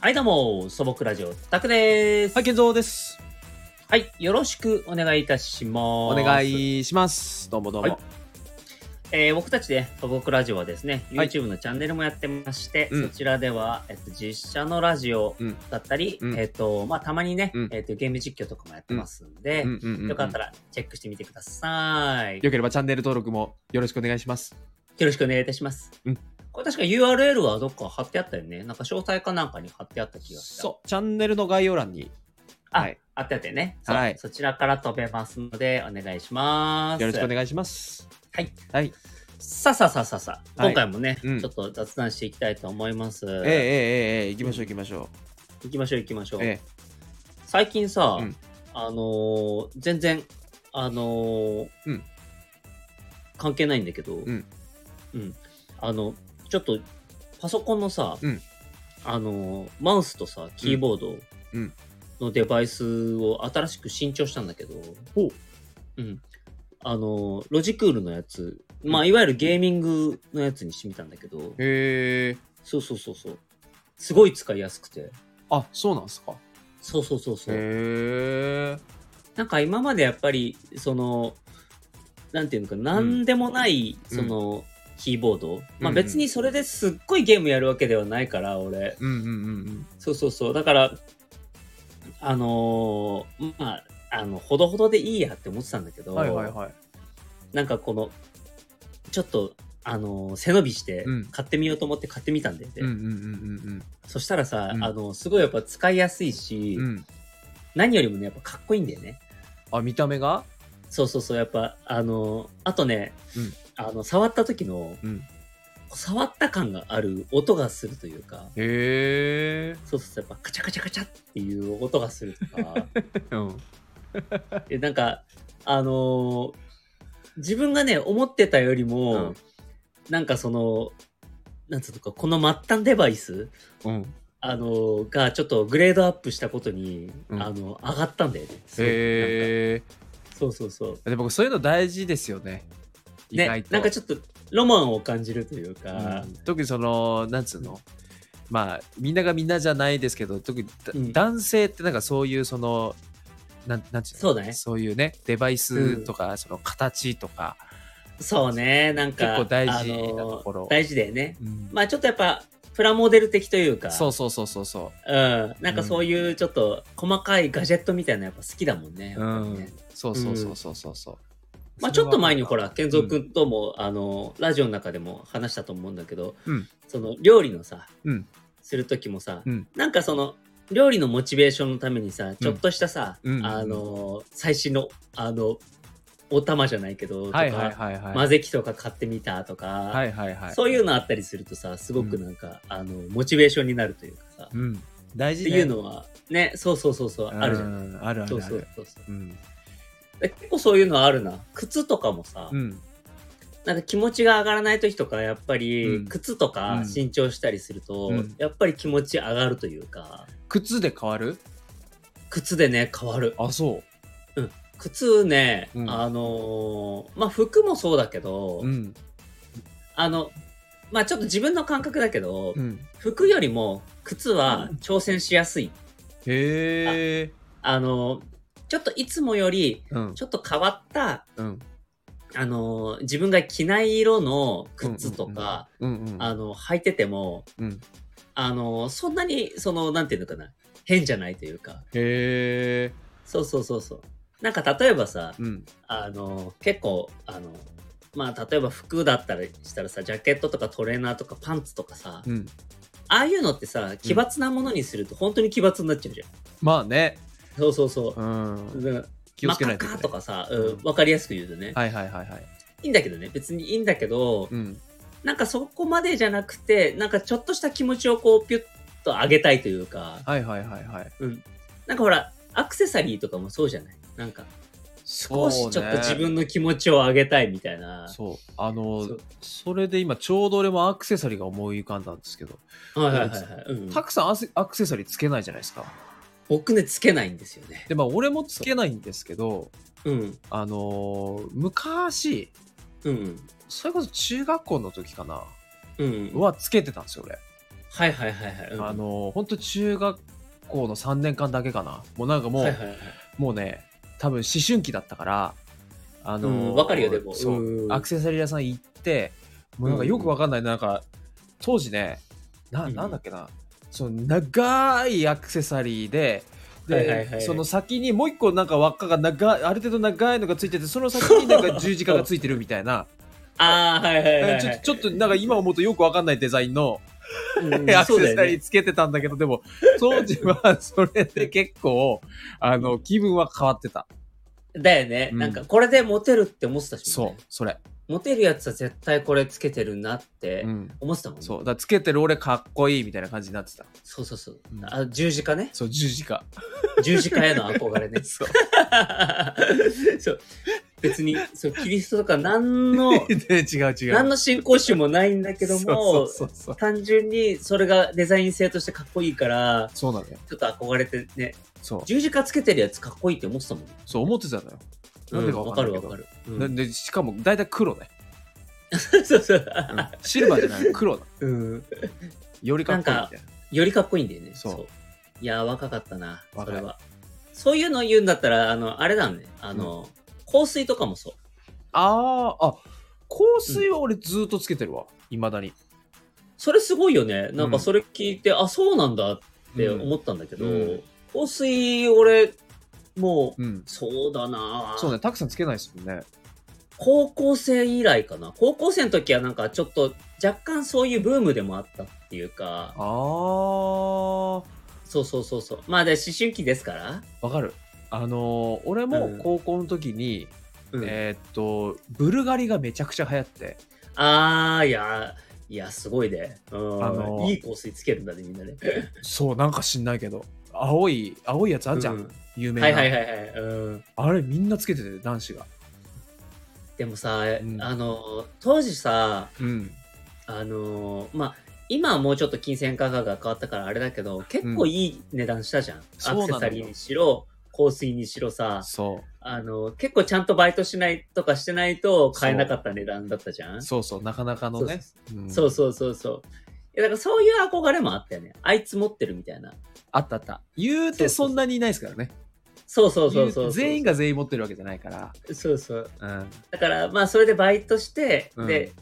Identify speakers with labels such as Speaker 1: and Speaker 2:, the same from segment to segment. Speaker 1: はい、どうも、素朴ラジオ、タクです。
Speaker 2: はい、健三です。
Speaker 1: はい、よろしくお願いいたします。
Speaker 2: お願。いします。どうもどうも。
Speaker 1: はいえー僕たちで、素朴ラジオはですね、
Speaker 2: はい
Speaker 1: YouTube のチャンネルもやってまして、
Speaker 2: うん
Speaker 1: そちらでは、えっと、実写のラジオ
Speaker 2: うん
Speaker 1: だったり、
Speaker 2: うん
Speaker 1: えっと、まあ、たまにね、
Speaker 2: うん
Speaker 1: えっと、ゲーム実況とかもやってますんで、
Speaker 2: うんうんうんうん
Speaker 1: よかったらチェックしてみてください。よ
Speaker 2: よければチャンネル登録もよろしくお願いします。
Speaker 1: ろしくお願いいたします。
Speaker 2: うん
Speaker 1: これ確か URL はどっか貼ってあったよね。なんか詳細かなんかに貼ってあった気がした。
Speaker 2: そう、チャンネルの概要欄によ
Speaker 1: あ、
Speaker 2: はい
Speaker 1: あってあってね。そう
Speaker 2: はい
Speaker 1: そちらから飛べますので、お願いします。
Speaker 2: ろしくお願いします。
Speaker 1: はい。
Speaker 2: はい。
Speaker 1: さあさあさあさあさあ、
Speaker 2: はい
Speaker 1: 今回もね、
Speaker 2: うん
Speaker 1: ちょっと雑談していきたいと思います。
Speaker 2: ええええええ行きましょう行きましょ
Speaker 1: 行きましょう行きましょ
Speaker 2: う。
Speaker 1: う。
Speaker 2: ええ
Speaker 1: 最近さ、
Speaker 2: うん
Speaker 1: あのー全然、あのー
Speaker 2: うん
Speaker 1: 関係ないんだけど、うんあの、ちょっと、パソコンのさ、
Speaker 2: うん
Speaker 1: あのーマウスとさ、キーボード
Speaker 2: うん
Speaker 1: のデバイスを新しく新調したんだけど、
Speaker 2: ほ
Speaker 1: う
Speaker 2: う
Speaker 1: ん。あのーロジクールのやつ、まあ、いわゆるゲーミングのやつにしてみたんだけど、
Speaker 2: へえ。
Speaker 1: そうそうそうそう。すごい使いやすくて。
Speaker 2: あ、そうなんですか。
Speaker 1: そうそうそうそう。
Speaker 2: へえ。
Speaker 1: なんか今までやっぱり、その、なんていうのか、なんでもない、
Speaker 2: うん
Speaker 1: その、キーボード。ま
Speaker 2: う
Speaker 1: あ
Speaker 2: ん
Speaker 1: 別にそれですっごいゲームやるわけではないから、俺。
Speaker 2: うんうんうん
Speaker 1: そうそうそう。だから、あのーまあ、あの、ほどほどでいいやって思ってたんだけ
Speaker 2: う
Speaker 1: ど、
Speaker 2: ん。はいはいはい。
Speaker 1: なんかこの、ちょっと、あのー背伸びして
Speaker 2: うん、
Speaker 1: 買ってみようと思って買ってみたんだよね。
Speaker 2: うんうんうん
Speaker 1: そしたらさ、
Speaker 2: うん
Speaker 1: あの、すごいやっぱ使いやすいし、
Speaker 2: うんうん。うん。
Speaker 1: 何よりもね、やっぱかっこいいんだよね。
Speaker 2: あ、見た目が
Speaker 1: そうそうそう、やっぱ、あの、あとね、
Speaker 2: うん
Speaker 1: あの、触った時の、
Speaker 2: うん。
Speaker 1: 触った感がある音がするというか、
Speaker 2: へえ。
Speaker 1: そうそうそう、やっぱカチャカチャカチャっていう音がすると か、
Speaker 2: うん。
Speaker 1: でなんか、あの自分がね、思ってたよりも、
Speaker 2: うん
Speaker 1: なんかその、なんつうのか、この末端デバイス、
Speaker 2: うん。
Speaker 1: あのがちょっとグレードアップしたことに、
Speaker 2: うん
Speaker 1: あの、上がったんだよね。すごいなんか
Speaker 2: へ
Speaker 1: そうそうそう。
Speaker 2: え。で僕そういうの大事ですよね。意
Speaker 1: ね
Speaker 2: 外、と。
Speaker 1: なんかちょっとロマンを感じるというか、
Speaker 2: うん特にそのなんつうの、まあみんながみんなじゃないですけど特にだ、
Speaker 1: うん
Speaker 2: 男性ってなんかそういうそのなんなんつうの
Speaker 1: そうだね
Speaker 2: そういうねデバイスとか、その形とか、
Speaker 1: そうね、なんか、
Speaker 2: 結構大事
Speaker 1: あの
Speaker 2: なところ
Speaker 1: 大事だよね。
Speaker 2: うん
Speaker 1: まあちょっとやっぱ、プラモデル的というか、
Speaker 2: そうそうそうそうそ
Speaker 1: うん、なんかそういうちょっと細かいガジェットみたいなのやっぱ好きだもんね。
Speaker 2: う、う
Speaker 1: やっぱ
Speaker 2: ん
Speaker 1: りね
Speaker 2: そうそうそうそうそうそう
Speaker 1: まあちょっと前にほら、
Speaker 2: それ
Speaker 1: 健三
Speaker 2: は
Speaker 1: くんとも、あの、ラジオの中でも話したと思うんだけど、
Speaker 2: うん
Speaker 1: その料理のさ、
Speaker 2: うん
Speaker 1: する時もさ、
Speaker 2: うん
Speaker 1: なんかその、料理のモチベーションのためにさ、ちょっとしたさ、
Speaker 2: うん
Speaker 1: あの、最新の、あの、お玉じゃないけど、とか、
Speaker 2: はいはいはいはい
Speaker 1: 混ぜ機とか買ってみたとか、
Speaker 2: はいはいはい
Speaker 1: そういうのあったりするとさ、すごくなんか、あの、モチベーションになるというかさ、っ
Speaker 2: うん大事
Speaker 1: て
Speaker 2: ね
Speaker 1: いうのは、ね、そうそうそうそう、あるじゃん。
Speaker 2: うんあるあるある
Speaker 1: そうそうそうそう。
Speaker 2: うん
Speaker 1: で結構そういうのはあるな。靴とかもさ、
Speaker 2: うん
Speaker 1: なんか気持ちが上がらない時とか、やっぱり
Speaker 2: うん
Speaker 1: 靴と
Speaker 2: う
Speaker 1: か
Speaker 2: ん
Speaker 1: 新調したりすると、
Speaker 2: うん
Speaker 1: やっぱり気持ち上がるというか、
Speaker 2: 靴で変わる
Speaker 1: 靴でね、変わる。
Speaker 2: あそ
Speaker 1: 靴ね、
Speaker 2: うん
Speaker 1: あのーまあ、服もそうだけど、
Speaker 2: ううん
Speaker 1: あの、まあ、ちょっと自分の感覚だけど、
Speaker 2: うん
Speaker 1: 服よりも靴は挑戦しやすい。
Speaker 2: へえ
Speaker 1: あの、ちょっといつもより、
Speaker 2: うん
Speaker 1: ちょっと変わった、
Speaker 2: うん
Speaker 1: あの、自分が着ない色の靴とか、
Speaker 2: うんうんうん
Speaker 1: あの、履いてても、
Speaker 2: うん
Speaker 1: あの、そんなに、その、なんていうのかな、変じゃないというか、
Speaker 2: へえ。
Speaker 1: そうそうそうそう。なんか例えばさ、
Speaker 2: うん。
Speaker 1: あの、結構、あの、まあ、例えば服だったらしたらさ、ジャケットとかトレーナーとかパンツとかさ、
Speaker 2: うん。
Speaker 1: ああいうのってさ、奇抜なものにすると本当に奇抜になっちゃうじゃん。
Speaker 2: まあね。
Speaker 1: そうそうそう
Speaker 2: う。ん。
Speaker 1: だから
Speaker 2: 気をつけないとい
Speaker 1: マカカ
Speaker 2: けない。
Speaker 1: とかさ、うん
Speaker 2: うん
Speaker 1: わかりやすく言うとね、
Speaker 2: はいはいはいはい。
Speaker 1: い、いんだけどね、別にいいんだけど、
Speaker 2: うん。
Speaker 1: なんかそこまでじゃなくて、なんかちょっとした気持ちをこう、ピュッと上げたいというか、
Speaker 2: はいはいはいはい。
Speaker 1: うん。なんかほら、アクセサリーとかもそうじゃないなんか、少しちょっと自分の気持ちを上げたいみたいな。
Speaker 2: そう。あの
Speaker 1: そう、
Speaker 2: それで今ちょうど俺もアクセサリーが思い浮かんだんですけど、
Speaker 1: はいはいはいはい。うん
Speaker 2: たくさんアセアクセサリーつけないじゃないですか。
Speaker 1: 僕ね、つけないんですよね。
Speaker 2: で、まあ俺もつけないんですけど、
Speaker 1: うん。
Speaker 2: あのー、昔、
Speaker 1: うん。
Speaker 2: それこそ中学校の時かな、
Speaker 1: うん。
Speaker 2: はつけてたんですよ、俺。
Speaker 1: はいはいはいはい。うん
Speaker 2: あの本当中学校の3年間だけかなもうなんかもう、
Speaker 1: はいはいはい。
Speaker 2: もうね多分思春期だったからあの
Speaker 1: うんわかるよでも
Speaker 2: そう
Speaker 1: うん
Speaker 2: アクセサリー屋さん行ってもうなんかよくわかんない、なんか当時ねな
Speaker 1: うん
Speaker 2: なんだっけな、その長いアクセサリーでで、
Speaker 1: はいはいはい
Speaker 2: その先にもう一個なんか輪っかが長いある程度長いのがついててその先になん か十字架がついてるみたいな
Speaker 1: ああ、はいはいはい、はい
Speaker 2: ちょっとちょっとなんか今思うとよくわかんないデザインの
Speaker 1: うんうん
Speaker 2: アク
Speaker 1: そうだ
Speaker 2: セ
Speaker 1: よ
Speaker 2: サ
Speaker 1: ね
Speaker 2: リーつけてたんだけど、でも、当時はそれで結構、あの、気分は変わってた。
Speaker 1: だよね、
Speaker 2: うん
Speaker 1: なんかこれでモテるって思ってたし、
Speaker 2: そう、それ。
Speaker 1: う。モテるやつは絶対これつけてるなって
Speaker 2: うん。
Speaker 1: 思ってたもんね。
Speaker 2: そう、だからつけてる俺かっこいいみたいな感じになってた。
Speaker 1: そうそうそう。
Speaker 2: うん
Speaker 1: あ十字架ね。
Speaker 2: そう、十字架。。
Speaker 1: 十字架への憧れね
Speaker 2: そう。
Speaker 1: そう別にそうキリストとか何の
Speaker 2: で、 違う違う。
Speaker 1: 何の信仰心もないんだけども
Speaker 2: そうそうそうそう。
Speaker 1: 単純にそれがデザイン性としてかっこいいから
Speaker 2: そうなのよ。
Speaker 1: ちょっと憧れてね
Speaker 2: そう。
Speaker 1: 十字架つけてるやつかっこいいって思ってたもんね
Speaker 2: そう思ってたのよ。なんでかわかんないけど
Speaker 1: うんわかるわかる、うん
Speaker 2: なんで、しかも大体黒ね。
Speaker 1: そうそう、
Speaker 2: うんシルバーじゃない、黒だ。
Speaker 1: うん、
Speaker 2: よりかっこいいみたいな。
Speaker 1: よりかっこいいんだよね
Speaker 2: そう
Speaker 1: いやー若かったなそ
Speaker 2: 若い
Speaker 1: れはそういうの言うんだったらあのあれなんねあの、香水とかもそう
Speaker 2: ああ、あ、香水は俺ずっとつけてるわ。いまだに。
Speaker 1: それすごいよねなん
Speaker 2: う
Speaker 1: か
Speaker 2: ん
Speaker 1: それ聞いて、あそうなんだって
Speaker 2: うん
Speaker 1: 思ったんだけど、
Speaker 2: うん
Speaker 1: 香水俺もう、
Speaker 2: うん。
Speaker 1: そうだな
Speaker 2: そうね、たくさんつけないですもんね。
Speaker 1: 高校生以来かな高校生の時はなんかちょっと若干そういうブームでもあったっていうか
Speaker 2: ああ。
Speaker 1: そうそうそうそうまあで思春期ですから、
Speaker 2: わかるあのー俺
Speaker 1: う
Speaker 2: も
Speaker 1: ん
Speaker 2: 高校の時に、
Speaker 1: うん
Speaker 2: えーっとブルガリがめちゃくちゃ流行って
Speaker 1: ああいやいやすごいね、うん
Speaker 2: あの
Speaker 1: いい香水つけるんだねみんなね
Speaker 2: そうなんか知んないけど青い青いやつあんじゃん、
Speaker 1: う
Speaker 2: 有名な、
Speaker 1: はいはいはいはい、うん、
Speaker 2: あれみんなつけてて男子が
Speaker 1: でもさ、
Speaker 2: ん
Speaker 1: あの当時さ
Speaker 2: うん
Speaker 1: あのまあ今はもうちょっと金銭価格が変わったからあれだけど結構いい値段したじゃん、
Speaker 2: そう
Speaker 1: ア
Speaker 2: なの
Speaker 1: ク
Speaker 2: よ
Speaker 1: セサリーにしろ香水にしろさ
Speaker 2: そ
Speaker 1: あの結構ちゃんとバイトしないとかしてないと買えなかった値段だったじゃん
Speaker 2: う
Speaker 1: そ
Speaker 2: そうそうなかなかのねうん
Speaker 1: うそうそうそういやだからそういう憧れもあったよねあいつ持ってるみたいな
Speaker 2: あったあった言うてそんなにいないですからね
Speaker 1: そうそうそうそうそう
Speaker 2: 言
Speaker 1: う
Speaker 2: て全員が全員持ってるわけじゃないから、
Speaker 1: そうそう
Speaker 2: うん、
Speaker 1: だからまあそれでバイトして、
Speaker 2: うん
Speaker 1: で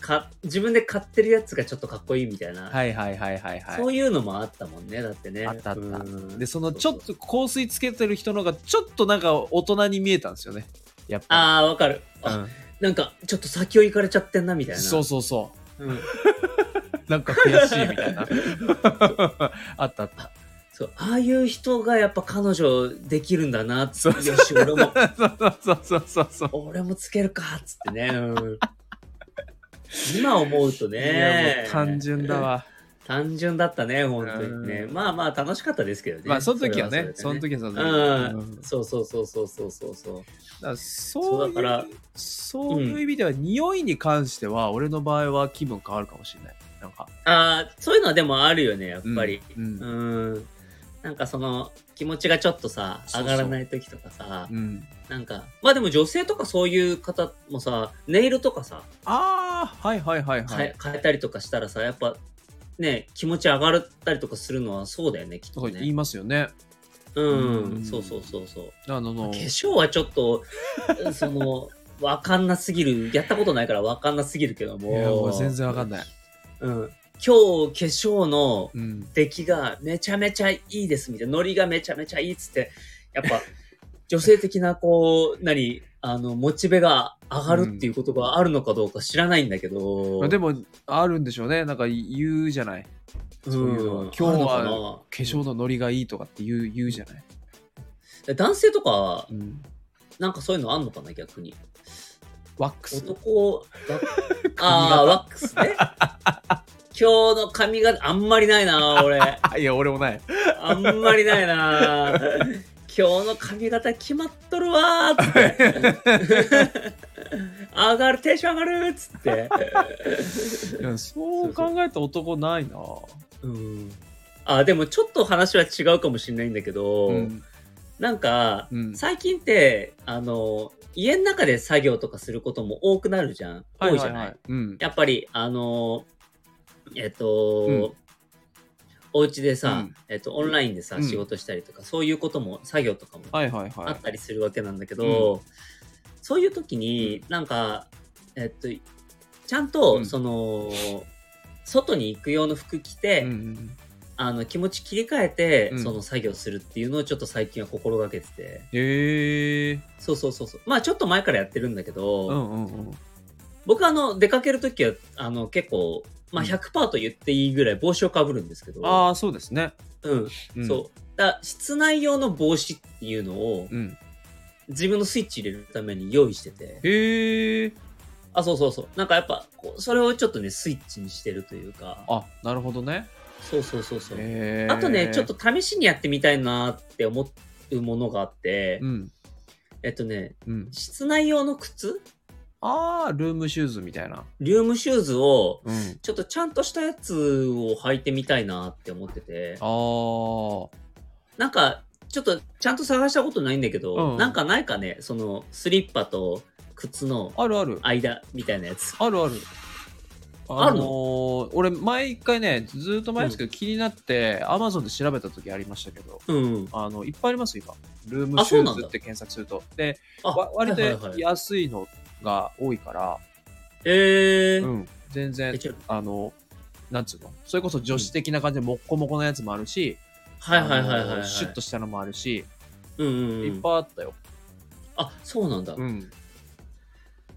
Speaker 1: か自分で買ってるやつがちょっとかっこいいみたいな、
Speaker 2: はいはいはいはいはい
Speaker 1: そういうのもあったもんねだってね
Speaker 2: あったあった
Speaker 1: うん
Speaker 2: でそのちょっと香水つけてる人のがちょっとなんか大人に見えたんですよねやっぱ
Speaker 1: ああわかる、
Speaker 2: り
Speaker 1: あ
Speaker 2: うん
Speaker 1: なんかちょっと先を行かれちゃってんなみたいな
Speaker 2: そうそうそう
Speaker 1: うん、
Speaker 2: なんか悔しいみた いな。あったあった。
Speaker 1: そうああいう人がやっぱ彼女できるんだなって
Speaker 2: そう
Speaker 1: よし俺も
Speaker 2: そうそうそうそうそう。
Speaker 1: 俺もつけるかっつってね、うん、今思うと
Speaker 2: いや
Speaker 1: ね
Speaker 2: もう単純だわ。
Speaker 1: 単純だったね本当にね
Speaker 2: うん
Speaker 1: まあまあ楽しかったですけどね
Speaker 2: まあその時はね、
Speaker 1: そ
Speaker 2: そ
Speaker 1: れ
Speaker 2: の
Speaker 1: それで
Speaker 2: 時はその時
Speaker 1: うん
Speaker 2: だ
Speaker 1: そうそうそうそうそうそうそう
Speaker 2: からそう
Speaker 1: そうだから
Speaker 2: いうそういう意味では、匂いに関しては、俺の場合は気分変わるかもしれない。なんか、
Speaker 1: ああそういうのはでもあるよねやっぱり
Speaker 2: う
Speaker 1: うん
Speaker 2: ん。
Speaker 1: なんかその気持ちがちょっとさ
Speaker 2: そう
Speaker 1: 上
Speaker 2: そう
Speaker 1: がらない時とかさ
Speaker 2: うん
Speaker 1: なんかまあでも女性とかそういう方もさネイルとかさ
Speaker 2: ああ、はいはいはいは
Speaker 1: 変え
Speaker 2: い。
Speaker 1: 変えたりとかしたらさやっぱね気持ち上がったりとかするのはそうだよねきっ
Speaker 2: と
Speaker 1: と
Speaker 2: か言い
Speaker 1: ね
Speaker 2: ますよね。
Speaker 1: うん、
Speaker 2: うん
Speaker 1: そうそうそうそう
Speaker 2: あの
Speaker 1: 化
Speaker 2: の、
Speaker 1: 粧はちょっと そのわかんなすぎるやったことないからわかんなすぎるけど
Speaker 2: いや、
Speaker 1: も
Speaker 2: 俺全然わかんない。
Speaker 1: うん、今日化粧の
Speaker 2: うん。
Speaker 1: 出来がめちゃめちゃいいですみたいなノリがめちゃめちゃいいっつってやっぱ 女性的なこう何あのモチベが上がるっていうことがあるのかどうか知らないんだけど、
Speaker 2: まあでも、あるんでしょうね。なんか言うじゃない。化
Speaker 1: うん
Speaker 2: そういうのは今日は
Speaker 1: あるのかな
Speaker 2: 粧のノリがいいとかって言う言うじゃない。
Speaker 1: 男性とか
Speaker 2: うん。
Speaker 1: なんかそういうのあんのかな逆に
Speaker 2: ワックス。
Speaker 1: 男わ ああワックスね今日の髪型あんまりないな俺
Speaker 2: あいや、俺もない。
Speaker 1: あんまりないな今日の髪型決まっとるわーっつって上がるテンション上がるっつって
Speaker 2: いやそう考えたら男ないな。
Speaker 1: うんあでもちょっと話は違うかもしれないんだけど、
Speaker 2: うん
Speaker 1: なんか、
Speaker 2: うん
Speaker 1: 最近ってあの家の中で作業とかすることも多くなるじゃん、多いじゃない
Speaker 2: うん。
Speaker 1: やっぱりあのえっと、
Speaker 2: うん
Speaker 1: お家でさ、
Speaker 2: うん
Speaker 1: えっと、オンラインでさ、
Speaker 2: うん
Speaker 1: 仕事したりとか、そういうことも、作業とかも
Speaker 2: はいはい
Speaker 1: あ
Speaker 2: は
Speaker 1: ったりするわけなんだけど、そういう時に、なんか、えっと、ちゃんと、
Speaker 2: うん
Speaker 1: その、外に行く用の服着て、
Speaker 2: い。うんうん
Speaker 1: あの気持ち切り替えて、
Speaker 2: うん
Speaker 1: その作業するっていうのをちょっと最近は心がけてて、
Speaker 2: へえ。
Speaker 1: そうそうそうそう。まあちょっと前からやってるんだけど、
Speaker 2: うんうんうん。
Speaker 1: 僕あの出かける時はあの結構、まあ、
Speaker 2: うん
Speaker 1: 100%と言っていいぐらい帽子をかぶるんですけど、
Speaker 2: ああ、そうですね。
Speaker 1: うん、
Speaker 2: ん
Speaker 1: そう。だ室内用の帽子っていうのを
Speaker 2: うん。
Speaker 1: 自分のスイッチ入れるために用意してて、
Speaker 2: へえ。
Speaker 1: あ、そうそうそう。なんかやっぱ、こうそれをちょっとね、スイッチにしてるというか、
Speaker 2: あ、なるほどね。
Speaker 1: そうそうそうそう。
Speaker 2: へえ。
Speaker 1: あとね、ちょっ。と試しにやってみたいなって思うものがあって、
Speaker 2: うん。
Speaker 1: えっとね、
Speaker 2: うん。
Speaker 1: 室内用の靴
Speaker 2: ああ、ルームシューズみたいな。
Speaker 1: リュームシューズを、
Speaker 2: うん。
Speaker 1: ちょっとちゃんとしたやつを履いてみたいなって思ってて、
Speaker 2: ああ。
Speaker 1: なんか、ちょっとちゃんと探したことないんだけど、
Speaker 2: うん
Speaker 1: なんかないかね、そのスリッパと靴の
Speaker 2: あるある。
Speaker 1: 間みたいなやつ。
Speaker 2: あるある。
Speaker 1: あるの
Speaker 2: のー俺、毎回ね、ずーっと前ですけど、気になって、アマゾンで調べた時ありましたけど、
Speaker 1: うん。
Speaker 2: あの、いっぱいありますよ、今。ルーム
Speaker 1: あ
Speaker 2: シ
Speaker 1: そう
Speaker 2: ュ
Speaker 1: な
Speaker 2: ー
Speaker 1: んだ
Speaker 2: ズって検索すると。で、
Speaker 1: あ
Speaker 2: わ割と
Speaker 1: はいはいはい、
Speaker 2: 安いのが多いから、
Speaker 1: えー
Speaker 2: うん、全
Speaker 1: え
Speaker 2: 然、
Speaker 1: ちょ
Speaker 2: あの、なんつうのそれこそ女子的な感じでもっこもこのやつもあるし、
Speaker 1: はいはいはいはい、
Speaker 2: あ
Speaker 1: は
Speaker 2: の
Speaker 1: い。
Speaker 2: シュッとしたのもあるし、
Speaker 1: うんうんう
Speaker 2: いっ
Speaker 1: ん。
Speaker 2: ぱいあったよ。
Speaker 1: あ、そうなんだ。
Speaker 2: ん。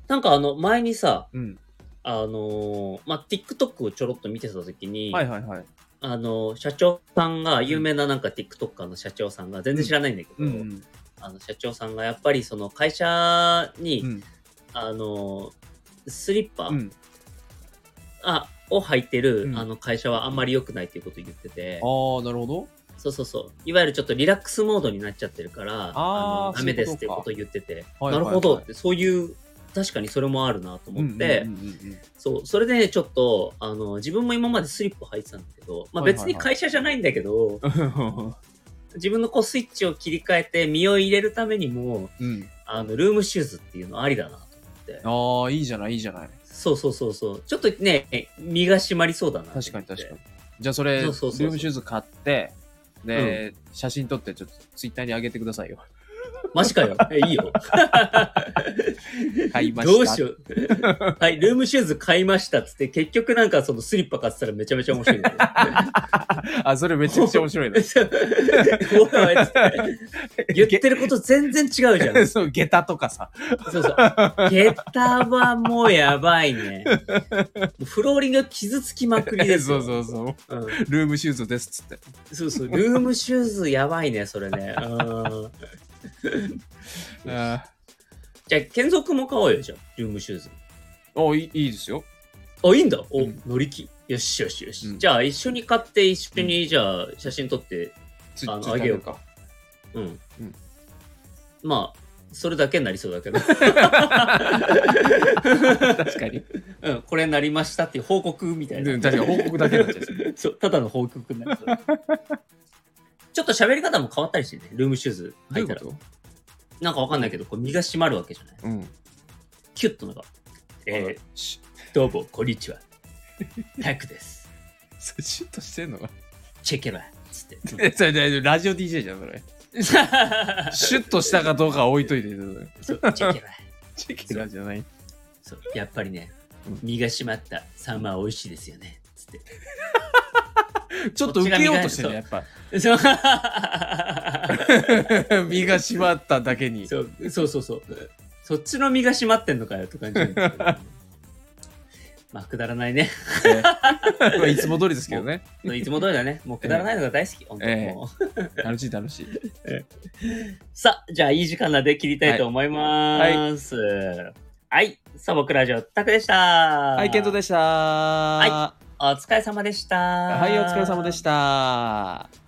Speaker 1: なんかあの、前にさ、
Speaker 2: うん。
Speaker 1: あのーまあ、TikTok をちょろっと見てた時に、
Speaker 2: はいはいはい。
Speaker 1: あの、社長さんが、有名ななんか TikToker の社長さんが、全然知らないんだけど、
Speaker 2: うん。
Speaker 1: あの社長さんがやっぱりその会社に、
Speaker 2: うん。
Speaker 1: あのスリッパ、
Speaker 2: うん。
Speaker 1: あを履いてる、
Speaker 2: うん
Speaker 1: あの会社はあんまり良くないっていうことを言ってて
Speaker 2: あ、あ、なるほど。
Speaker 1: そうそうそう、いわゆるちょっとリラックスモードになっちゃってるから、
Speaker 2: あー
Speaker 1: のダメです
Speaker 2: そういうことか
Speaker 1: っていうことを言ってて、
Speaker 2: はいはいはい
Speaker 1: なるほどって、そういう、確かにそれもあるなと思って、
Speaker 2: うんうんうんうん
Speaker 1: そう、それでね、ちょっと、あの、自分も今までスリッパ履いてたんだけど、まあ
Speaker 2: はいはい
Speaker 1: 別
Speaker 2: はい
Speaker 1: に会社じゃないんだけど、
Speaker 2: うん
Speaker 1: 自分のこうスイッチを切り替えて身を入れるためにも、
Speaker 2: うん。
Speaker 1: あの、ルームシューズっていうのありだなと思って。
Speaker 2: ああ、いいじゃない、いいじゃない。
Speaker 1: そうそうそうそう。ちょっとね、身が締まりそうだなと思って。
Speaker 2: 確かに確かに。じゃあそれ、
Speaker 1: そ
Speaker 2: ル
Speaker 1: うそうそうそう
Speaker 2: ームシューズ買って、で、写真撮って、ちょっとツイッターに上げてくださいよ。
Speaker 1: マジか よ。えいいよ。
Speaker 2: 買いました。
Speaker 1: どうしよう。はい、ルームシューズ買いましたっつって、結局なんかそのスリッパ買ってたらめちゃめちゃ面白いんだよ。
Speaker 2: あ、それめちゃくちゃ 面白いね。
Speaker 1: そう おいおいっつって言ってること全然違うじゃん。
Speaker 2: そう、下駄とかさ。
Speaker 1: そうそう。下駄はもうやばいね。フローリングが傷つきまくりです
Speaker 2: そ
Speaker 1: よ。
Speaker 2: うそうそう。
Speaker 1: うん
Speaker 2: ルームシューズですっつって。
Speaker 1: そうそう、ルームシューズやばいね、それね。うん
Speaker 2: あ
Speaker 1: じゃあ、健三君も買おうよ、じゃあ、ルームシューズ。
Speaker 2: おいいいいですよ。
Speaker 1: あ、いいんだ。お、
Speaker 2: うん
Speaker 1: 乗り気。よしよしよし。
Speaker 2: うん
Speaker 1: じゃあ、一緒に買って、一緒に、じゃあ、写真撮って、
Speaker 2: つ
Speaker 1: あの
Speaker 2: ついて
Speaker 1: あげよう
Speaker 2: るか。
Speaker 1: うん。
Speaker 2: うん
Speaker 1: まあ、それだけになりそうだけ ど、
Speaker 2: 確かに。
Speaker 1: うん、これなりましたっていう報告みたいな。
Speaker 2: うん確かに報告だけになっちゃう。
Speaker 1: そう、ただの報告になり そう。ちょっと喋り方も変わったりしてね、ルームシューズ
Speaker 2: ど
Speaker 1: 入
Speaker 2: うい
Speaker 1: っ
Speaker 2: う
Speaker 1: た
Speaker 2: こ
Speaker 1: ら。
Speaker 2: と
Speaker 1: なんかわかんないけど、こう身が締まるわけじゃない。
Speaker 2: うん。
Speaker 1: キュッとなんか、えー、
Speaker 2: し
Speaker 1: どうも、こんにちは。タックです。
Speaker 2: それシュッとしてんのか。
Speaker 1: チェケラー。つ って。
Speaker 2: えそれでラジオ DJ じゃ ん、それ。シュッとしたかどうかは置いといて。
Speaker 1: そうチェケラー。
Speaker 2: チェキラーじゃない。
Speaker 1: そう、やっぱりね
Speaker 2: うん、
Speaker 1: 身が締まったサンマは美味しいですよね。つって。
Speaker 2: ちょっと受けようとしてるね、や っぱ。
Speaker 1: そう
Speaker 2: 身が締まっただけに。
Speaker 1: そうそうそうそう。そっちの身が締まってんのかよって感じなんですけ ど。まあ、くだらないね。
Speaker 2: えー まあいつも通りですけどね。
Speaker 1: いつも通りだね。もうくだらないのが大好き。本当にもう。
Speaker 2: 楽しい楽しい。
Speaker 1: さあ、じゃあいい時間なんで切りたいと思います。はい。サボクラジオ、タクでした。は
Speaker 2: はい、ケントでした。
Speaker 1: いお疲れ様でした。
Speaker 2: はい、お疲れ様でし。た。